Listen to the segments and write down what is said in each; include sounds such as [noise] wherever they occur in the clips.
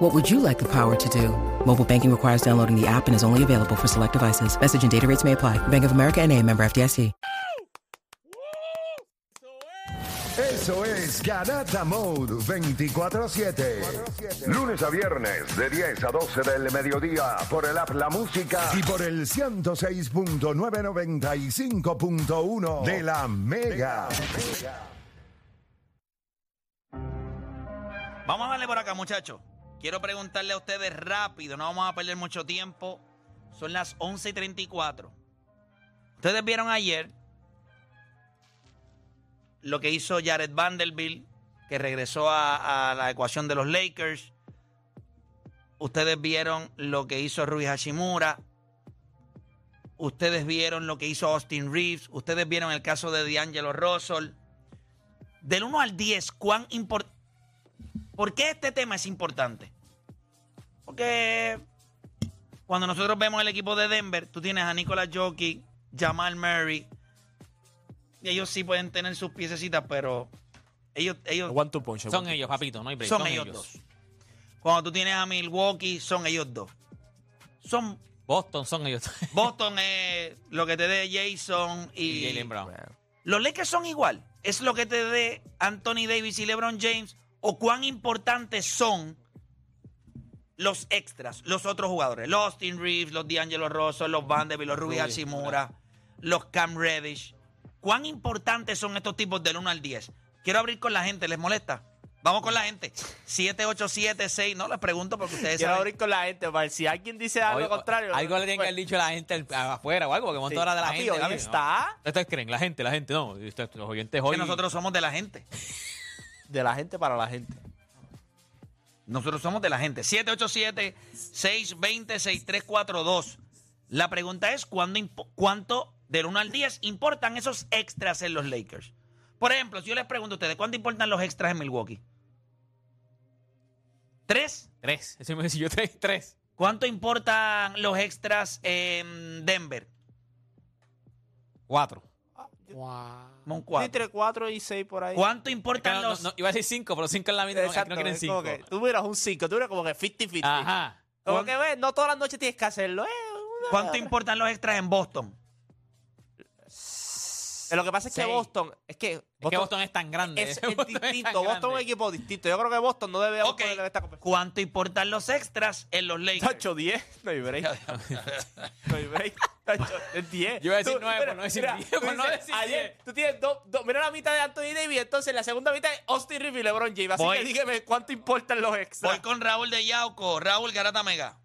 What would you like the power to do? Mobile banking requires downloading the app and is only available for select devices. Message and data rates may apply. Bank of America and a member FDIC. Eso es Garata Mode 24-7. Lunes a viernes de 10 a 12 del mediodía por el app La Música Y por el 106.995.1 de la Mega. Vamos a darle por acá, muchachos. Quiero preguntarle a ustedes rápido, no vamos a perder mucho tiempo. Son las 11 y 34. Ustedes vieron ayer lo que hizo Jared Vanderbilt, que regresó a, a la ecuación de los Lakers. Ustedes vieron lo que hizo Rui Hashimura. Ustedes vieron lo que hizo Austin Reeves. Ustedes vieron el caso de D'Angelo Russell. Del 1 al 10, ¿cuán importante? ¿Por qué este tema es importante? Porque cuando nosotros vemos el equipo de Denver, tú tienes a Nicolas Jockey, Jamal Murray, y ellos sí pueden tener sus piececitas, pero ellos, ellos One two punch. Son ellos, papito, no hay break. son ellos dos. Cuando tú tienes a Milwaukee, son ellos dos. Son Boston son ellos dos. Boston es lo que te dé Jason y y, Jalen Brown. Los Lakers son igual. Es lo que te dé Anthony Davis y LeBron James o cuán importantes son los extras, los otros jugadores. Los Austin Reeves, los D'Angelo Rosso, los Vanderbilt, los Rubio Rubio, Hachimura, los Cam Reddish. ¿Cuán importantes son estos tipos del 1 al 10? Quiero abrir con la gente, ¿les molesta? Vamos con la [laughs] gente. 787-6, no les pregunto porque ustedes Quiero saben. abrir con la gente, para si alguien dice algo Oye, contrario. pues, Algo le tienen que haber dicho a la gente al- afuera o algo, porque Sí. hemos ahora de la Papi, gente. hoy papi, no. está Ustedes creen, la gente, la gente, no. Ustedes, Los oyentes hoy. Que nosotros somos de la gente. de la gente para la gente. Nosotros somos de la gente. 787-620-6342. La pregunta es, ¿cuándo impo- ¿cuánto del 1 al 10 importan esos extras en los Lakers? Por ejemplo, si yo les pregunto a ustedes, ¿cuánto importan los extras en Milwaukee? ¿Tres? Tres. Eso me dice yo tres, tres. ¿Cuánto importan los extras en Denver? Cuatro. Como un Sí, cuatro. Entre 4 y 6 por ahí. ¿Cuánto Es que importan no- no- los...? no, iba a decir cinco, pero cinco en la misma. no, aquí Exacto, No, quieren es como cinco. que tú miras un 5, tú miras como que 50-50. Ajá. Como que ves, no todas las noches tienes que hacerlo. eh, una- ¿Cuánto importan los extras en Boston? Lo que pasa es que Seis. Boston, es que Es que Boston es tan grande. [laughs] es, es Boston es tan distinto, Boston es un grande. equipo distinto. Yo creo que Boston no debe Ok. ponerle esta conversación. ¿Cuánto importan los extras en los Lakers? Tacho 10, no hay break. No hay break. Tacho, es 10. Yo iba a decir Tú- nueve, mira, por no decir mira, diez, tú por no dices, decir ayer, diez. Tú tienes dos, dos- mira la mitad de Anthony Davis, entonces la segunda mitad es Austin Reeves y LeBron James. Así Voy. que dígame cuánto importan los Voy extras. con Raúl de Yauco. Raúl Garata Mega.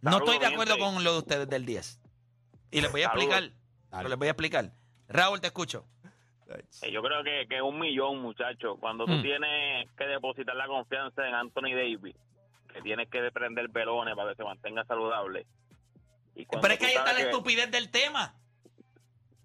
No Saludos, estoy de acuerdo gente. con lo de ustedes del 10. Y les voy a Saludos. explicar. pero les voy a explicar. Raúl, te escucho. Eh, Yo creo que, que un millón, muchachos. Cuando tú Mm. tienes que depositar la confianza en Anthony Davis, que tienes que prender velones para que se mantenga saludable. Y cuando Pero es que tú ahí está la sabes que- estupidez del tema.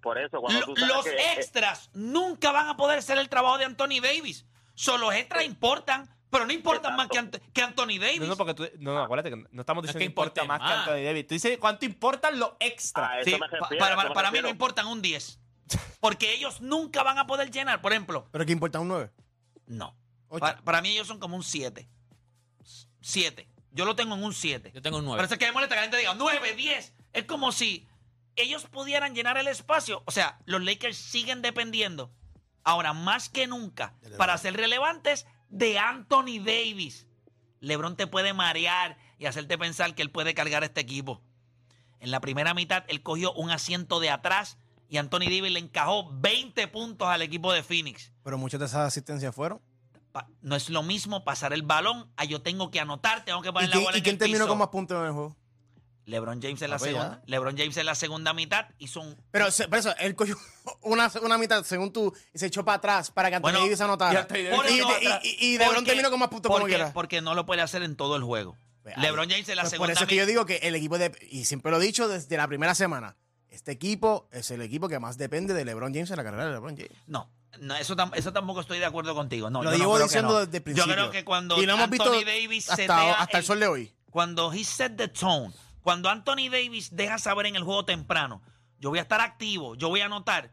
Por eso, cuando Lo- tú sabes los que- eh, extras nunca van a poder ser el trabajo de Anthony Davis. Solo los Eh, extras importan, pero no importan más que, Ant- que Anthony Davis. No, no, porque tú, no, no, acuérdate que no estamos No diciendo es que que importa importe más que más. Ah, Anthony Davis. Tú dices cuánto importan los extras. a eso Sí, me pa- refiero, para a eso para- me para mí no refiero. importan un 10. Porque ellos nunca van a poder llenar. Por ejemplo, Pero que importa un 9. no. Pa- Ocho. Para, mí ellos son como un 7. 7. Yo lo tengo en un 7. Yo tengo un Pero nueve. eso es que me molesta que la gente diga 9, 10. Es como si ellos pudieran llenar el espacio. O sea, los Lakers siguen dependiendo, ahora más que nunca, para ser relevantes, de Anthony Davis. LeBron te puede marear y hacerte pensar que él puede cargar este equipo. En la primera mitad, él cogió un asiento de atrás y Anthony Davis le encajó 20 puntos al equipo de Phoenix. Pero muchas de esas asistencias fueron. Pa- No es lo mismo pasar el balón a yo tengo que anotar, tengo que ¿Y poner la quién, bola y en quién el terminó piso. con más puntos en el juego? LeBron James en la Ah, pues ya. segunda. LeBron James en la segunda mitad hizo un. Pero, se- pero eso, él cogió [laughs] una, una mitad, según tú, y se echó para atrás para que Anthony Bueno, Davis y anotara. Anthony Y, Davis Por eso- y- y- y- y LeBron porque- terminó con más puntos como porque- quiera. Porque no lo puede hacer en todo el juego. Pues, LeBron James en la Pues segunda por eso es que yo digo que el equipo de. Y siempre lo he dicho desde la primera semana. Este equipo es el equipo que más depende de LeBron James en la carrera de LeBron James. No, no eso, tam- eso tampoco estoy de acuerdo contigo. No, Lo yo no llevo creo que diciendo no. desde el principio. Yo creo que cuando y lo hemos Anthony visto Davis hasta, setea hasta el sol de hoy. cuando he set the tone, cuando Anthony Davis deja saber en el juego temprano, yo voy a estar activo, yo voy a anotar.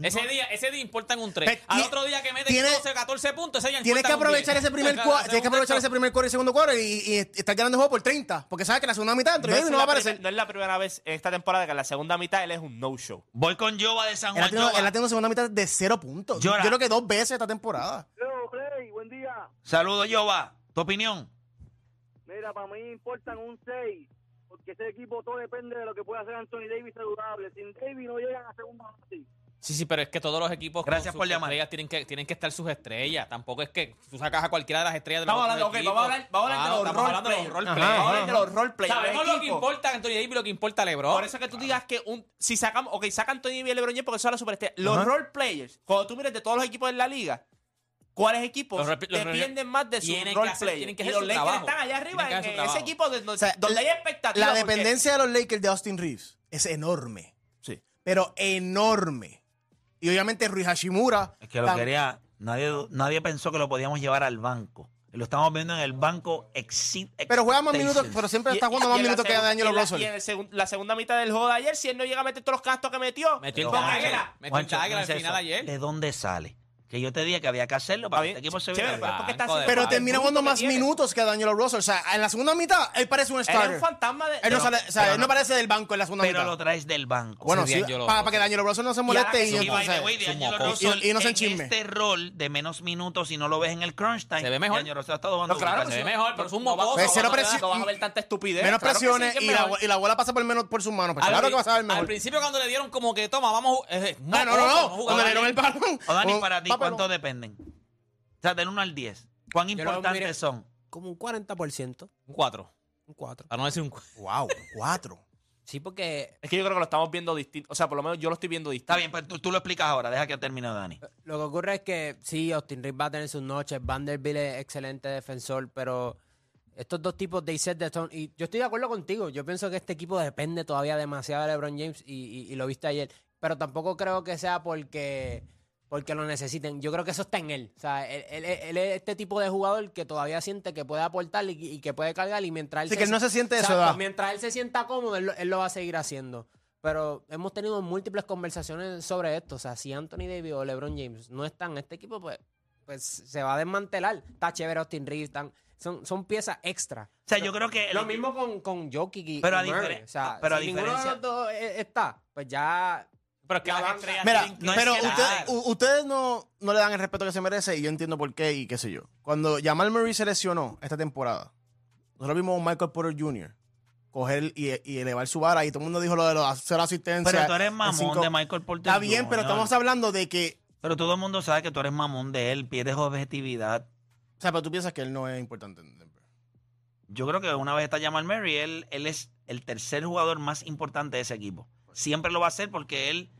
Ese día, ese día importan un 3. Pero Al tie- otro día que meten tiene- 12, 14 puntos, ese día Tienes que importan un aprovechar 10. [laughs] ese [laughs] primer Claro, cuarto, tienes que segundo aprovechar ese cuarto. primer cuarto y segundo cuarto y, y estás ganando el juego por 30, porque sabes que la segunda mitad entre No es, ellos no la va a prime- aparecer. no es la primera vez en esta temporada que en la segunda mitad él es un no-show. Voy con Jova de San Él ha Juan. tenido, Jova. él ha tenido segunda mitad de cero puntos. Llora. Yo creo que dos veces esta temporada. Leo Play, buen día. Saludos, Jova. ¿Tu opinión? Mira, para mí importan un 6, porque ese equipo todo depende de lo que pueda hacer Anthony Davis saludable. Sin Davis no llegan a segunda base. Sí, sí, pero es que todos los equipos con Gracias sus por llamar. estrellas tienen que, tienen que estar sus estrellas. Tampoco es que tú sacas a cualquiera de las estrellas de Vamos los a hablar- otros ok, vamos a hablar- vamos a hablar de los estamos hablando de role los role players. Ajá, players. Vamos a hablar de los roleplayers. Sabemos los lo que equipos. importa a Anthony Davis y lo que importa a Oh. LeBron. Por eso que tú digas que un, si sacamos, ok, saca Anthony Davis y LeBron James porque son las superestrellas. Los Ajá. role players, cuando tú mires de todos los equipos en la liga, ¿cuáles equipos Los role- los role- dependen más de sus Tienen que role hacer- players? tienen que Y hacer los su Lakers trabajo. están allá arriba, Tienen en, que hacer su ese trabajo. equipo de- donde, O sea, donde hay expectativas. La porque- dependencia de los Lakers de Austin Reeves es enorme. Sí. Pero enorme. Y obviamente Rui Hashimura. Es que lo tam- quería. Nadie, nadie pensó que lo podíamos llevar al banco. Lo estamos viendo en el banco exit. Pero juega más minutos, pero siempre está jugando y más en la minutos que segun- Daniel y en la- Russell. Y en el segun- la segunda mitad del juego de ayer, si él no llega a meter todos los cantos que metió, Metió el porque tackle. era- Metió el tackle al final ayer. ¿De dónde sale? Que yo te dije que había que hacerlo para que Está este bien, equipo se chévere, vea. pero es porque está Banco de haciendo- Pero Vale. termina el punto jugando que más tiene. minutos que Daniel Russell. O sea, en la segunda mitad, él parece un Él es starter. un fantasma de. él no, sale, o sea, pero él no- no aparece del banco en la segunda Pero mitad. lo traes del banco. bueno, Sí, sí, D'Angelo para, Russell. para que Daniel Russell no se ahora que moleste. Y, sí, Y by entonces- the way, de es un Angelo mocoso. Russell Y- y no se en enchisme. este rol de menos minutos y no lo ves en el crunch time. Se ve mejor. D'Angelo Russell está jugando No, claro, brutal. pues, Se ve mejor, pero es un no va- mocoso. Pues cero vamos a presión. No vas a ver tanta estupidez. menos Claro que sí, presiones que es y, la, mejor. bo- y la bola pasa por, menos, por sus manos. Pues Al claro pri- que vas a ver Al mejor. principio cuando le dieron como que toma, vamos a ju- eh, Ah, no, no, mocoso, no. jugador. Cuando le dieron el balón. O Dani, un para ti, papelón. ¿cuánto dependen? O sea, del 1 al 10. ¿Cuán Yo lo miré. importantes son? Como un 40%, Un 4. un 4. Para no decir un 4. Wow, cuatro. Sí, porque Es que yo creo que lo estamos viendo distinto. O sea, por lo menos yo lo estoy viendo distinto. Está bien, pero tú, tú lo explicas ahora. Deja que termine Dani. lo que ocurre es que sí, Austin Reeves va a tener sus noches, Vanderbilt es excelente defensor, pero estos dos tipos de set de Stone, y yo estoy de acuerdo contigo, yo pienso que este equipo depende todavía demasiado de LeBron James y, y- y lo viste ayer, pero tampoco creo que sea porque, porque lo necesiten, yo creo que eso está en él, o sea, él, él- él es este tipo de jugador que todavía siente que puede aportar y, y que puede cargar y mientras él Así que él no se siente de su Exacto, edad. mientras él se sienta cómodo, él lo, él lo va a seguir haciendo. Pero hemos tenido múltiples conversaciones sobre esto. O sea, si Anthony Davis o LeBron James no están en este equipo, pues, pues se va a desmantelar. Está chévere Austin Reeves, están- son, son piezas extra. O sea, yo creo que. el Lo equipo- mismo con, con Jokic y Pero y a diferen- Murray. O sea, pero a si ninguno de diferencia- los dos eh, está, pues ya... Pero es que La las banca- estrellas Mira, tienen que no es pero que usted- dar. u- ustedes no, no le dan el respeto que se merece y yo entiendo por qué y qué sé yo. Cuando Jamal Murray se lesionó esta temporada, nosotros vimos a un Michael Porter Jr. coger y, y elevar su vara y todo el mundo dijo lo de los cero asistencia. Pero tú eres mamón de Michael Porter Está bien, pero Jr.. estamos hablando de que... Pero todo el mundo sabe que tú eres mamón de él. Pierdes objetividad. O sea, pero tú piensas que él no es importante en Denver. Yo creo que una vez está Jamal Murray, él, él es el tercer jugador más importante de ese equipo. Siempre lo va a ser porque él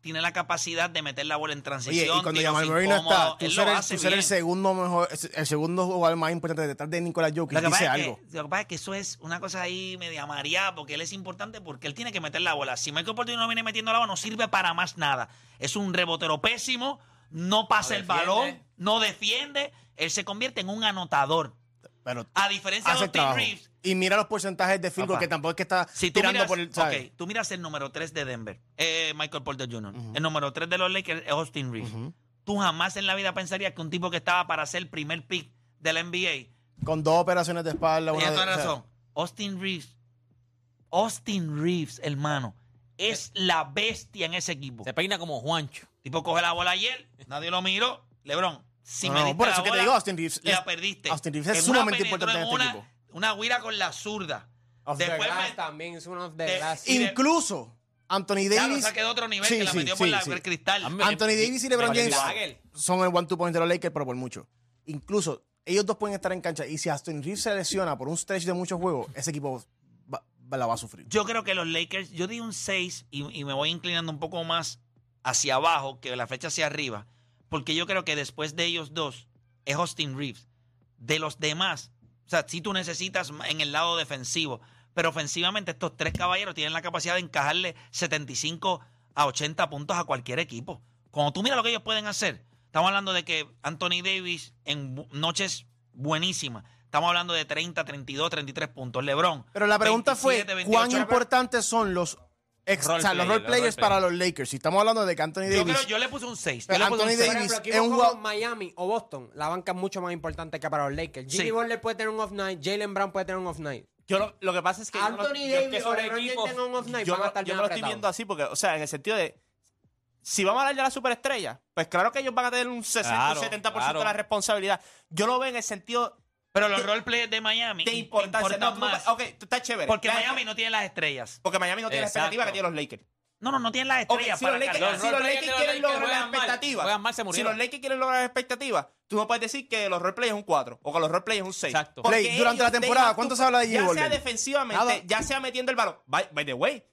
tiene la capacidad de meter la bola en Oye, transición. y cuando tiros Jamal Murray no incómodos, está, tú él lo ser, el, hace tú ser el bien. segundo mejor, el segundo jugador más importante detrás de Nicolás Jokic, Lo que, dice pasa es algo. que, lo que pasa es que eso es una cosa ahí media mareada, porque él es importante porque él tiene que meter la bola. Si Michael Porter Jr. no viene metiendo la bola, no sirve para más nada. Es un rebotero pésimo, no pasa el defiende. balón, no defiende. Él se convierte en un anotador. pero A diferencia hace de el Austin trabajo. Reeves, Y mira los porcentajes de field goal, Papá. que tampoco es que está si tú tirando miras, por el... ¿sabes? ok, tú miras el número 3 de Denver, eh, Michael Porter Jr., el número 3 de los Lakers es Austin Reeves. Tú jamás en la vida pensarías que un tipo que estaba para ser el primer pick de la NBA Con dos operaciones de espalda. Una Tienes toda de- o sea, razón. Austin Reeves. Austin Reeves, hermano. Es la bestia en ese equipo. Se peina como Juancho. Tipo, coge la bola ayer, nadie lo miró. Lebron, si no, me no, diste por eso la que te bola, digo, Austin Reeves. la es- perdiste. Austin Reeves es En una sumamente penetró importante en este una, equipo. Una guira con la zurda. Off the Después Glass me- también es uno de de- las... y de- Incluso Anthony Claro, Davis. o sea, que de otro nivel, Sí, que la sí, metió por sí, la- sí. por el cristal. A mí- Anthony Davis y LeBron Daniel James Dagger. son el one two point de los Lakers, pero por mucho. Incluso ellos dos pueden estar en cancha. Y si Austin Reeves se lesiona por un stretch de muchos juegos, ese equipo va- va- la va a sufrir. Yo creo que los Lakers, yo di un 6 y, y me voy inclinando un poco más hacia abajo que la flecha hacia arriba, porque yo creo que después de ellos dos es Austin Reeves. De los demás, o sea, si tú necesitas ma- en el lado defensivo, Pero ofensivamente estos tres caballeros tienen la capacidad de encajarle 75 a 80 puntos a cualquier equipo. Cuando tú miras lo que ellos pueden hacer, estamos hablando de que Anthony Davis en bu- noches buenísimas, estamos hablando de 30, 32, 33 puntos. LeBron. Pero la pregunta fue, 27, ¿cuán 28. importantes son los ex- Role o sea, los players, role los players role para los Lakers? Si estamos hablando de que Anthony Yo, Davis... creo, yo le puse un 6. Pero yo le puse un Anthony seis. Por Davis ejemplo, es equipos un como jugador- Miami o Boston, la banca es mucho más importante que para los Lakers. Sí. Jimmy Butler puede tener un off night, Jalen Brown puede tener un off night. Yo lo, lo que pasa es que. yo no- Anthony yo es que Davis son o LeBron James equipos- tengan un off night, Yo, van a no- estar yo bien no lo estoy apretados. viendo así, porque, o sea, en el sentido de. Si vamos a hablar de la superestrella, pues claro que ellos van a tener un 60 Claro, 70% claro. de la responsabiliidad. Yo lo veo en el sentido Pero los de- roleplayers de Miami de im- importancia. No, importan tú no- más. ok, tú estás chévere. Porque Ya, Miami no tiene las estrellas. Porque Miami no tiene Exacto. la expectativa que tienen los Lakers. No, no, no tienen las Ok, estrellas. si los para Lakers, cargar. si los Lakers Lakers quieren lograr las juegan mal, expectativas, juegan mal, se si murieron. los Lakers quieren lograr las expectativas, tú no puedes decir que los roleplay es un 4 o que los roleplay es un 6. Exacto. Porque Play, durante la ellos, temporada, they have ¿cuánto to- se habla de Jimmy Ya sea Butler? defensivamente, Nada. ya sea metiendo el balón. By, by the way,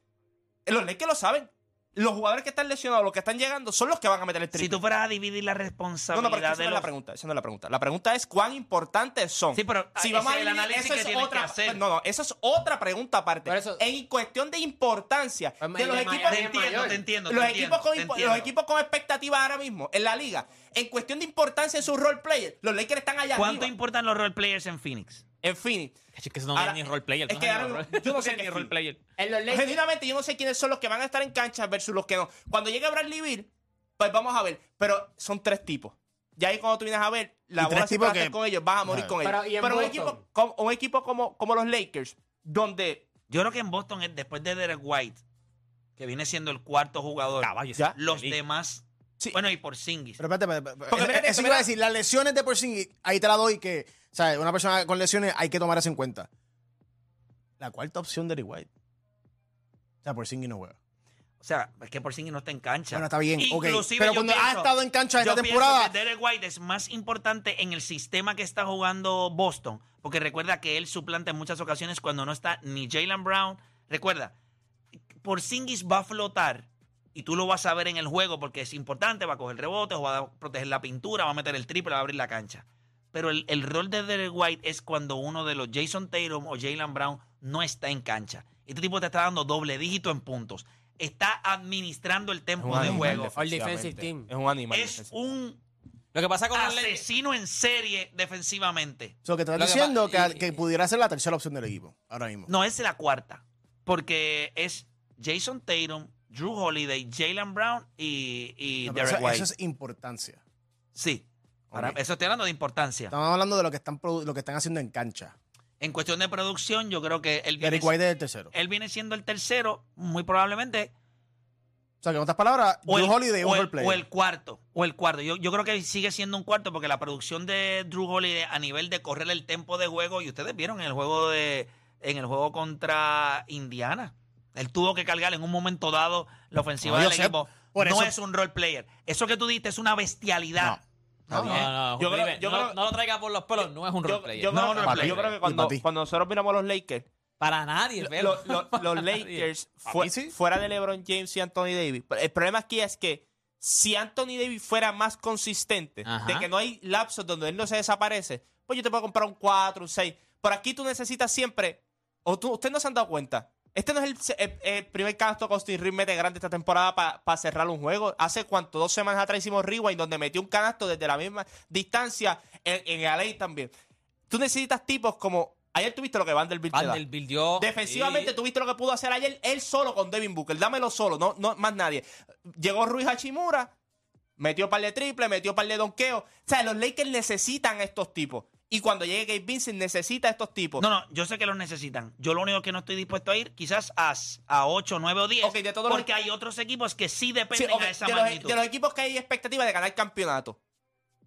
los Lakers lo saben. Los jugadores que están lesionados, los que están llegando, son los que van a meter el Si triple. tú fueras a dividir la no, responsabilidad no, pero esa de no es los- la pregunta. Esa no es la pregunta. La pregunta es cuán importantes son. Sí, pero ah, si ese vamos a es el dividir, análisis eso que es tienes que otra, hacer. No, no, eso es otra pregunta aparte. Por eso- en cuestión de importancia Pues de los Miami- equipos Te Miami- entiendo, te entiendo. te los, entiendo, equipos con, te impo- entiendo. los equipos con expectativas ahora mismo en la liga, en cuestión de importancia de sus role players, los Lakers están allá ¿Cuánto arriba. importan los roleplayers en Phoenix? En fin, Es que eso no Ahora, es ni role player. es que ahora mismo- yo no sé qué ni es role player. En los Lakers, genuinamente yo no sé quiénes son los que van a estar en cancha versus los que no. Cuando llegue Bradley Beal, pues vamos a ver, pero son tres tipos. Ya ahí cuando tú vienes a ver, la Y tres bola se tipos puede hacer que- con ellos, vas a morir Ajá. con ellos. Pero, ¿y en un Boston? equipo, como, un equipo como, como los Lakers, donde Yo creo que en Boston, eh, después de Derek White, que viene siendo el cuarto jugador, Caballo, Ya. esa los película. demás. Sí. Bueno, y por Singis. Pero espérate, espérate, espérate. Porque Eh, mira eso esto, iba a mira. decir, las lesiones de Porzingis, ahí te la doy que, o sea, una persona con lesiones hay que tomar eso en cuenta. La cuarta opción de Derrick White. O sea, Porzingis no juega. O sea, es que por Singis no está en cancha. Bueno, está bien, ok. Inclusive Pero yo cuando ha pienso- estado en cancha esta yo pienso temporada- que Derek White es más importante en el sistema que está jugando Boston. Porque recuerda que él suplanta en muchas ocasiones cuando no está ni Jalen Brown. Recuerda, por Singis va a flotar y tú lo vas a ver en el juego porque es importante, va a coger rebotes, va a proteger la pintura, va a meter el triple, va a abrir la cancha. Pero el, el rol de Derek White es cuando uno de los Jason Tatum o Jalen Brown no está en cancha. Este tipo te está dando doble dígito en puntos. Está administrando el tempo de juego. All defensive team. Es un animal. Es defensivo. un Lo que pasa con los Lakers. asesino en serie defensivamente. O sea, que te Lo estás que diciendo pa- que, y- que pudiera ser la tercera opción del equipo, ahora mismo. No, es la cuarta. Porque es Jason Tatum, Drew Holiday, Jalen Brown y, y No, pero Derek eso, White. eso es importancia. Sí. Ahora, Ok. Eso estoy hablando de importancia. Estamos hablando de lo que están, produ- lo que están haciendo en cancha. En cuestión de producción, yo creo que él viene, Derrick White es el tercero. él viene siendo el tercero, muy probablemente. O sea, que en otras palabras, O Drew el, Holiday es o un el- role player. o el cuarto. O el cuarto. Yo, yo creo que sigue siendo un cuarto porque la producción de Drew Holiday a nivel de correr el tempo de juego, y ustedes vieron en el juego de en el juego contra Indiana. Él tuvo que cargar en un momento dado la ofensiva No, yo del sé, equipo. por no eso- es un role player. Eso que tú diste es una bestialidad. No, Está bien. no, no. Yo creo- River, yo no, creo- no lo traiga por los pelos, no es un role Yo, player. yo No, creo, no, que- para ti. yo creo que Y cuando, para ti. cuando nosotros miramos a los Lakers, Para nadie, lo- velo. lo- los Para [laughs] nadie. Lakers, Para fue- mí sí. fuera de LeBron James y Anthony Davis. pero El problema aquí es que si Anthony Davis fuera más consistente, Ajá. de que no hay lapsos donde él no se desaparece, pues yo te puedo comprar un 4, un 6. Por aquí tú necesitas siempre. O tú, ustedes no se han dado cuenta. Este no es el, se- el- el primer canto que Austin Reeves mete grande esta temporada para cerrar un juego. Hace cuánto, dos semanas atrás hicimos Rewind, donde metió un canasto desde la misma distancia en, en LA también. Tú necesitas tipos como. Ayer tuviste lo que Vanderbilt te da. Vanderbilt dio. Defensivamente, Sí. tuviste lo que pudo hacer ayer él solo con Devin Booker. Dámelo solo, no, no más nadie. Llegó Ruiz Hachimura, metió par de triple, metió par de donqueo. O sea, los Lakers necesitan a estos tipos. Y cuando llegue Gabe Vincent, necesita a estos tipos. No, no, yo sé que los necesitan. Yo lo único que no estoy dispuesto a ir, quizás a, s- a 8, 9 o 10. Ok, de todos los- porque hay otros equipos que sí Sí, dependen ok, a esa de, los, magnitud. de los e- equipos que hay expectativa de ganar campeonato.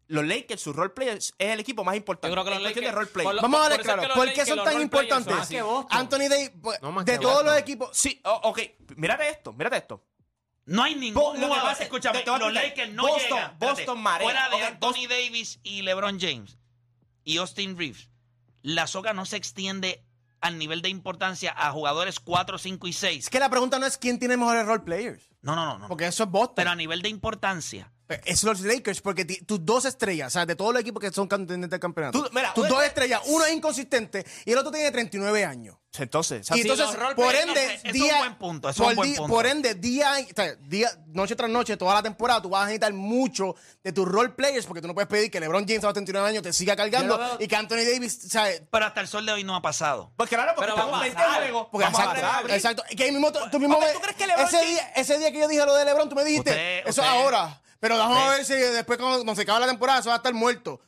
Los Lakers, su role players es el equipo más importante. Yo creo que los en cuestión Lakers- de role play. por lo- Vamos a por ver eso es claro, que los ¿por qué Lakers, son los tan role players son Ah, importantes? así. Más que Boston. Anthony Davis, pues, No, más de que todos Boston. los equipos, Sí, o- ok, mírate esto, mírate esto. No hay Bo- ningún lo que jugador. pasa es- escúchame, te- te voy a los explicar. Lakers no Boston- llegan. espérate, Boston marea. Fuera de Ok, Anthony Davis y LeBron James y Austin Reeves, la soga no se extiende al nivel de importancia a jugadores 4, 5 y 6. es que la pregunta no es quién tiene mejores role players, No, no, no. no. porque eso es Boston. Pero a nivel de importancia, Es los Lakers, porque ti- tus dos estrellas, o sea, de todos los equipos que son contendientes del campeonato, Tú- mira, tus tú- dos pues, estrellas, uno es inconsistente y el otro tiene 39 años. Entonces, o sea, Y sí, entonces, los roles- role por players, ende, no sé, eso es día, un buen punto, eso es por un buen di- punto. por ende, día, o sea, día- noche tras noche, toda la temporada, tú vas a necesitar mucho de tus role players porque tú no puedes pedir que LeBron James a los 39 años te siga cargando Yo lo veo- y que Anthony Davis, o sea, Pero hasta el sol de hoy no ha pasado. Pues claro, porque Pero estamos vamos a 20 pasar. juegos. porque vamos a exacto, pasar. exacto, y que ahí mismo, tú, tú mismo Ok, me- ¿tú crees que LeBron ese, James- día, ese día que yo dije lo de LeBron, tú me dijiste, Usted- usted- eso ahora, pero vamos a usted- ver si después cuando, cuando se acabe la temporada eso va a estar muerto.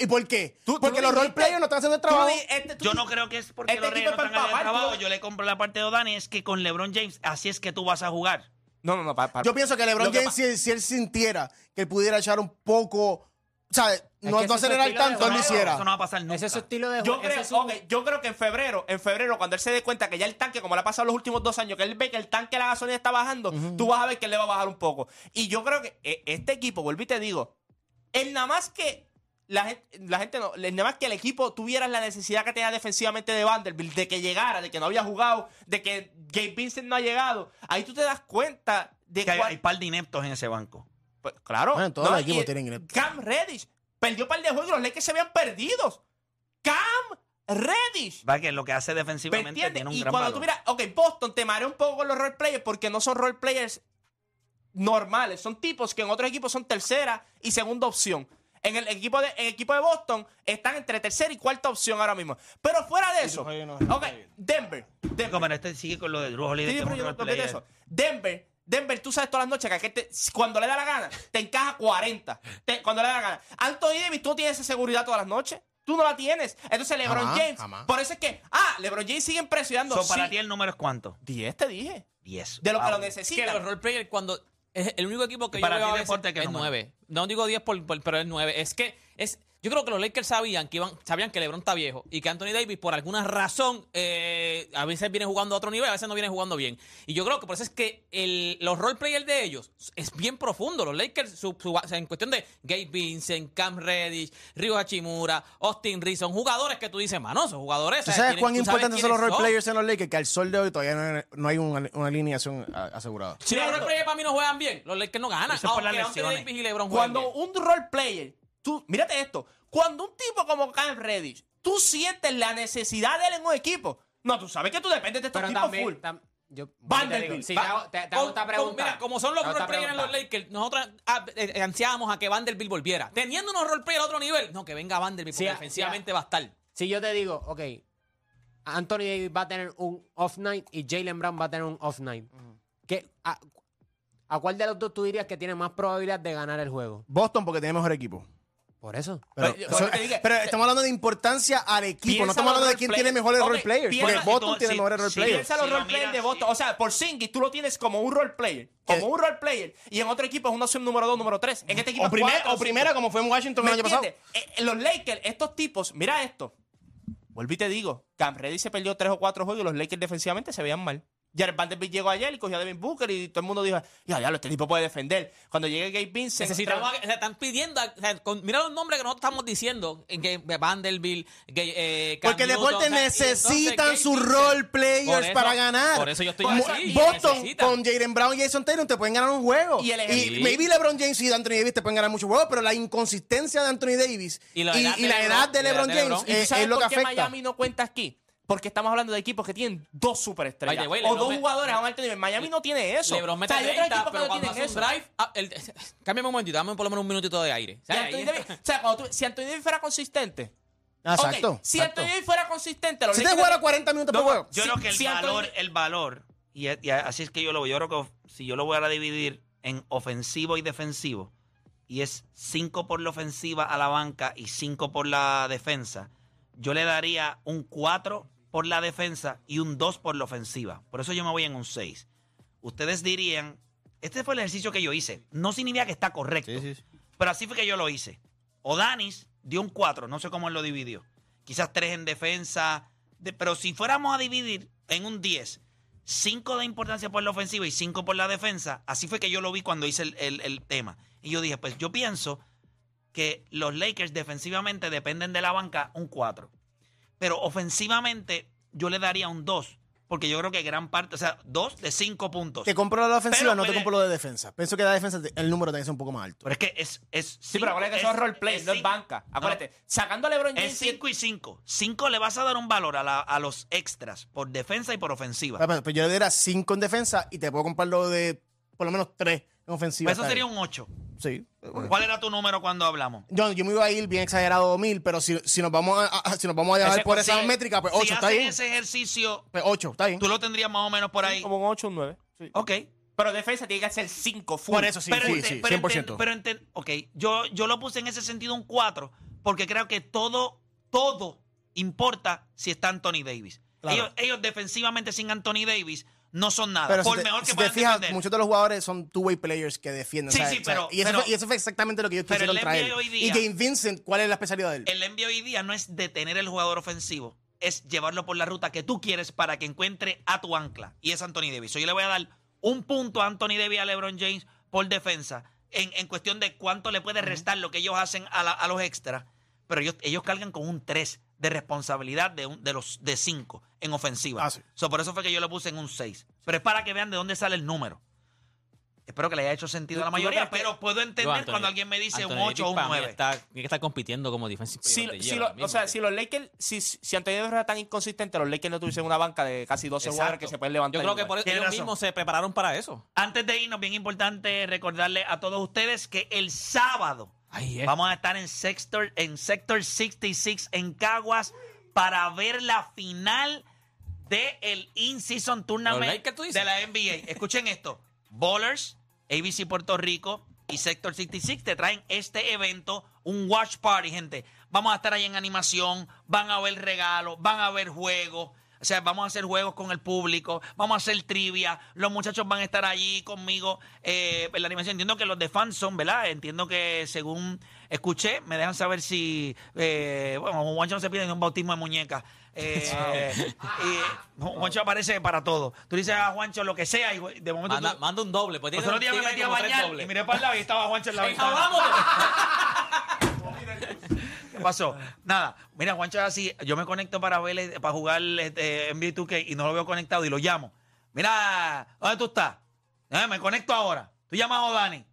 ¿Y por qué? Tú- tú porque lo los role dijiste- players no están haciendo el tú lo trabajo. di- este- tú- Yo no creo que es porque Este los equipo Reyes es no para están haciendo el empapar, tú trabajo. lo- Yo le compro la parte de O'Dani, es que con LeBron James así es que tú vas a jugar. No, no, no, para, para. Yo pienso que LeBron Lo que James, si, si él sintiera que él pudiera echar un poco, o sea, no, que ese no es su acelerar estilo de tanto, él lo juego, hiciera. Eso no va a pasar nunca. Ese es su estilo de Yo juego. creo, ese es su- ok, yo creo que en febrero, en febrero, cuando él se dé cuenta que ya el tanque, como le ha pasado en los últimos dos años, que él ve que el tanque de la gasolina está bajando, tú vas a ver que él le va a bajar un poco. Y yo creo que eh, este equipo, vuelvo y te digo, el nada más que la gente, la gente no, el nada más que el equipo tuviera la necesidad que tenía defensivamente de Vanderbilt, de que llegara, de que no había jugado, de que Gabe Vincent no ha llegado, ahí tú te das cuenta de Que hay, cuán- hay par de ineptos en ese banco. pues, claro. Bueno, todos los equipos y- tienen ineptos. Cam Reddish perdió un par de juegos y los Lakers se habían perdidos. Cam Reddish. Va que lo que hace ¿Me defensivamente entiendes? tiene un Y gran cuando valor. tú miras, ok, Boston te marea un poco con los role players porque no son role players normales. Son tipos que en otros equipos son tercera y segunda opción. En el equipo de, en el equipo de Boston están entre tercera y cuarta opción ahora mismo. Pero fuera de eso, ok, Denver. Denver. Como en este sigue con lo de Drew Holiday. Sí, que pero Este es yo un no role toqué de player. eso. Denver, Denver, tú sabes todas las noches que aquel te- cuando le da la gana, te encaja 40. Te- cuando le da la gana. Anthony Davis, tú no tienes esa seguridad todas las noches. Tú no la tienes. Entonces LeBron Jamás, James. jamás. Por eso es que, ah, LeBron James sigue impresionando. So, para sí. ti el número es cuánto? Ah, 10 te dije. 10. De lo que Wow. lo que los necesitan. role players cuando es el único equipo que Para yo veo ti, a veces deporte, ¿qué es número? 9. No digo 10 por, por- pero es 9. Es que es yo creo que los Lakers sabían que iban sabían que LeBron está viejo y que Anthony Davis por alguna razón eh, a veces viene jugando a otro nivel, a veces no viene jugando bien. Y yo creo que por eso es que el, los role players de ellos es bien profundo. Los Lakers su- su- o sea, en cuestión de Gabe Vincent, Cam Reddish, Ryo Hachimura, Austin Reed son jugadores que tú dices, mano, son jugadores. ¿Tú o sea, sabes tienen- cuán tú sabes importantes son los quiénes role players en los Lakers? Que al sol de hoy todavía no hay, no hay una, una alineación a- asegurada. Si los role players para mí no juegan bien, los Lakers no ganan. Eso es por las aunque Anthony lesiones. Davis y LeBron juegan bien. Cuando un role player, tú, mírate esto, cuando un tipo como Cam Reddish, tú sientes la necesidad de él en un equipo. No, tú sabes que tú dependes de estos Pero tipos también. full. tam- yo, Vanderbilt, Sí, te va- hago, te, te Con- hago esta con- pregunta. mira, como son los Te hago esta roleplayers en los pregunta. Lakers, nosotros ah, eh, ansiábamos a que Vanderbilt volviera. Teniendo unos roleplayers a otro nivel, no, que venga Vanderbilt, Sí, porque ah, ofensivamente sí, ah. va a estar. Si yo te digo, ok, Anthony Davis va a tener un off night y Jalen Brown va a tener un off night. ¿Qué- a, a cuál de los dos tú dirías que tiene más probabilidad de ganar el juego? Boston porque tiene mejor equipo. Por eso. Pero, Pero Pues, yo- eso- yo te dije- pero estamos hablando de importancia al equipo, Piensa no estamos los hablando de role quién players. tiene mejores Ok, role players. Porque piensa- Boston si- tiene mejores role si- players. Piensa los Si lo role players miras, de Boston. sí. O sea, por Singis tú lo tienes como un role player. Como Eh. un role player. Y en otro equipo es una opción número dos, número tres. En este equipo O, es primer- cuatro, o cinco. primera, como fue en Washington ¿Me el año pasado. entiendes? Eh, eh, los Lakers, estos tipos, mira esto. Vuelvo y te digo, Cam Reddy se perdió tres o cuatro juegos y los Lakers defensivamente se veían mal. Jared Vanderbilt llegó ayer y cogió a Devin Booker y todo el mundo dijo, ya, ya, este tipo puede defender. Cuando llegue Gabe Vincent... Necesitamos, a- o sea, están pidiendo, o sea, con- mira los nombres que nosotros estamos diciendo, en que Vanderbilt, que, eh, Cam Porque el Newton, o deporte sea, y entonces necesitan Gabe sus Vincent. role players Por eso- para ganar. Por eso yo estoy Mo- así. Boston necesitan. con Jaden Brown y Jason Tatum te pueden ganar un juego. Y Y, el ejemplo- maybe LeBron James y Anthony Davis te pueden ganar muchos juegos, pero la inconsistencia de Anthony Davis y, Y la edad y de la LeBron- edad de y la edad LeBron de James LeBron. ¿Y tú es, sabes Eh, es lo que por qué afecta. Miami no cuenta aquí? Porque estamos hablando de equipos que tienen dos superestrellas. By the way, o LeBron dos me- jugadores a un alto nivel. Miami no tiene eso. LeBron mete O sea, hay otros 30, equipos que pero no cuando tienen hace un eso. drive, ah, el- [laughs] cámbiame un momentito, dame por lo menos un minutito de aire. O Y sea, Anthony ahí- Davis- o sea, cuando tú- si Anthony Davis fuera consistente. Ah, Ok, Exacto. si exacto. Anthony Davis fuera consistente, los Si te Lakers- jugara 40 minutos por No, juego. Yo Sí, creo que el sí, Anthony- valor, el valor, y, y así es que yo lo veo, yo creo que si yo lo voy a dividir en ofensivo y defensivo, y es 5 por la ofensiva a la banca y 5 por la defensa, yo le daría un 4 por la defensa y un 2 por la ofensiva. Por eso yo me voy en un 6. Ustedes dirían, este fue el ejercicio que yo hice. No significa que está correcto, pero así fue que yo lo hice. Odanis dio un 4, no sé cómo él lo dividió. Quizás 3 en defensa, de- pero si fuéramos a dividir en un 10, 5 de importancia por la ofensiva y 5 por la defensa, así fue que yo lo vi cuando hice el, el- el tema. Y yo dije, pues yo pienso que los Lakers defensivamente dependen de la banca un 4, pero ofensivamente yo le daría un 2 porque yo creo que gran parte, o sea, dos de cinco puntos. Te compro la de ofensiva, Pero no te pues, puede- compro lo de defensa. Pienso que la defensa te- el número tiene que ser un poco más alto. Pero es que es. es Sí, pero acuérdate que eso es roleplay, no es cinco- banca. Acuérdate, sacando a LeBron Es James. 5 y 5. 5 le vas a dar un valor a, la- a los extras por defensa y por ofensiva. Ah, Pero, pero yo le diera 5 en defensa y te puedo comprar lo de por lo menos 3 en ofensiva. Pues eso está sería bien. un 8. Sí. ¿Cuál era tu número cuando hablamos? Yo, yo me iba a ir bien exagerado mil, pero si, si nos vamos a, a- si nos vamos a dejar Ese- por esa si- métrica, pues 8 si está haces bien. ese ejercicio, Pues 8 está bien. tú lo tendrías más o menos por ahí. Como un 8, un 9. Ok. Pero defensa tiene que ser 5 full. Por eso sí, pero sí, ente- sí, pero 100%. enten- pero enten- ok, yo, yo lo puse en ese sentido un 4, porque creo que todo, todo importa si está Anthony Davis. Claro. Ellos, ellos defensivamente sin Anthony Davis no son nada. Pero por si te, mejor que si te puedan fijas, defender. muchos de los jugadores son two-way players que defienden. Sí, ¿sabes? sí, O sea, pero- y, eso pero- fue, y eso fue exactamente lo que ellos pero quisieron el traer. NBA hoy y día- Gabe Vincent, ¿cuál es la especialidad de él? El envío hoy día no es detener el jugador ofensivo, es llevarlo por la ruta que tú quieres para que encuentre a tu ancla. Y es Anthony Davis. So, Yo le voy a dar un punto a Anthony Davis y a LeBron James por defensa en, en cuestión de cuánto le puede restar lo que ellos hacen a, la- a los extras. Pero ellos, ellos cargan con un 3 de responsabilidad de, un- de los de 5 en ofensiva. Ah, sí. So, por eso fue que yo lo puse en un 6. Pero es para que vean de dónde sale el número. Espero que le haya hecho sentido a la ¿Tú- tú no mayoría, crees que- pero puedo entender Anthony- cuando alguien me dice un Anthony 8 o un Davis, para mí, 9. está- Tiene que estar compitiendo como defensive player Si, of the si year lo- ahora o mismo, sea, porque- si los Lakers, si, si Antonio Davis era tan inconsistente, los Lakers no tuviesen una banca de casi 12 jugadores que Exacto. se pueden levantar. Yo creo que igual. por eso Tienes ellos razón. mismos se prepararon para eso. Antes de irnos, bien importante recordarle a todos ustedes que el sábado Ahí es. vamos a estar en Sector, en Sector 66 en Caguas para ver la final de el In-Season Los Tournament Lakers, tú dices. de la NBA. Escuchen esto. Ballers, ABC Puerto Rico y Sector 66 te traen este evento, un watch party, gente. Vamos a estar ahí en animación, van a ver regalos, van a ver juegos. O sea, vamos a hacer juegos con el público, vamos a hacer trivia, los muchachos van a estar allí conmigo eh, en la animación. Entiendo que los de fans son, ¿verdad? Entiendo que según escuché, me dejan saber si, eh, bueno, Juancho no se pide ni un bautismo de muñeca. [laughs] Eh, y Juancho aparece para todo. Tú dices a Juancho lo que sea y de momento Manda, tú- manda un doble. Pues los tiene otros días me tiene metí a como tres bañar dobles. y miré para el lado y estaba Juancho en la Venga, ventana. vámonos. ¿Qué pasó? Nada. Mira, Juancho es así. Yo me conecto para ver, eh, para jugar este, NBA 2K y no lo veo conectado y lo llamo. Mira, ¿dónde tú estás? Eh, me conecto ahora. Tú llamas a Odani.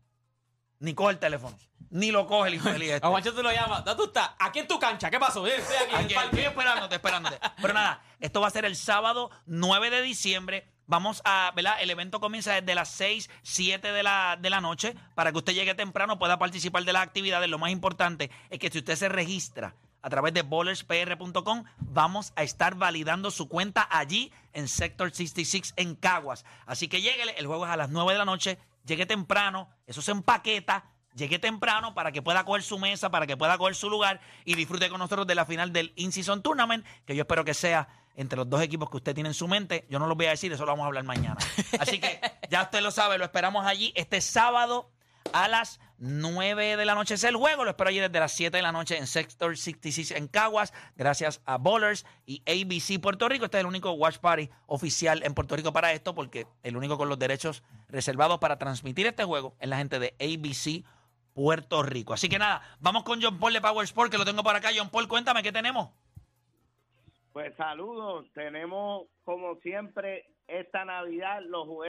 Ni coge el teléfono. Ni lo coge el [laughs] infeliz este. A Juancho te lo llama. ¿Dónde tú estás? Aquí en tu cancha. ¿Qué pasó? Ven, Estoy aquí en Aquí, el estoy parque. esperándote, esperándote. Pero nada, esto va a ser el sábado 9 de diciembre. Vamos a, ¿verdad? El evento comienza desde las 6, 7 de la, de la noche para que usted llegue temprano, pueda participar de las actividades. Lo más importante es que si usted se registra a través de bowlerspr.com, vamos a estar validando su cuenta allí en Sector 66 en Caguas. Así que lléguele, el juego es a las 9 de la noche, llegue temprano, eso se empaqueta, Llegué temprano para que pueda coger su mesa, para que pueda coger su lugar y disfrute con nosotros de la final del In-Season Tournament, que yo espero que sea entre los dos equipos que usted tiene en su mente. Yo no lo voy a decir, eso lo vamos a hablar mañana. Así que ya usted lo sabe, lo esperamos allí este sábado a las 9 de la noche es el juego. Lo espero allí desde las 7 de la noche en Sector 66 en Caguas. Gracias a Bowlers y ABC Puerto Rico. Este es el único watch party oficial en Puerto Rico para esto, porque el único con los derechos reservados para transmitir este juego es la gente de ABC Puerto Rico. Así que nada, vamos con John Paul de Power Sport, que lo tengo por acá. John Paul, cuéntame, ¿qué tenemos? Pues saludos, tenemos como siempre esta Navidad los juegos.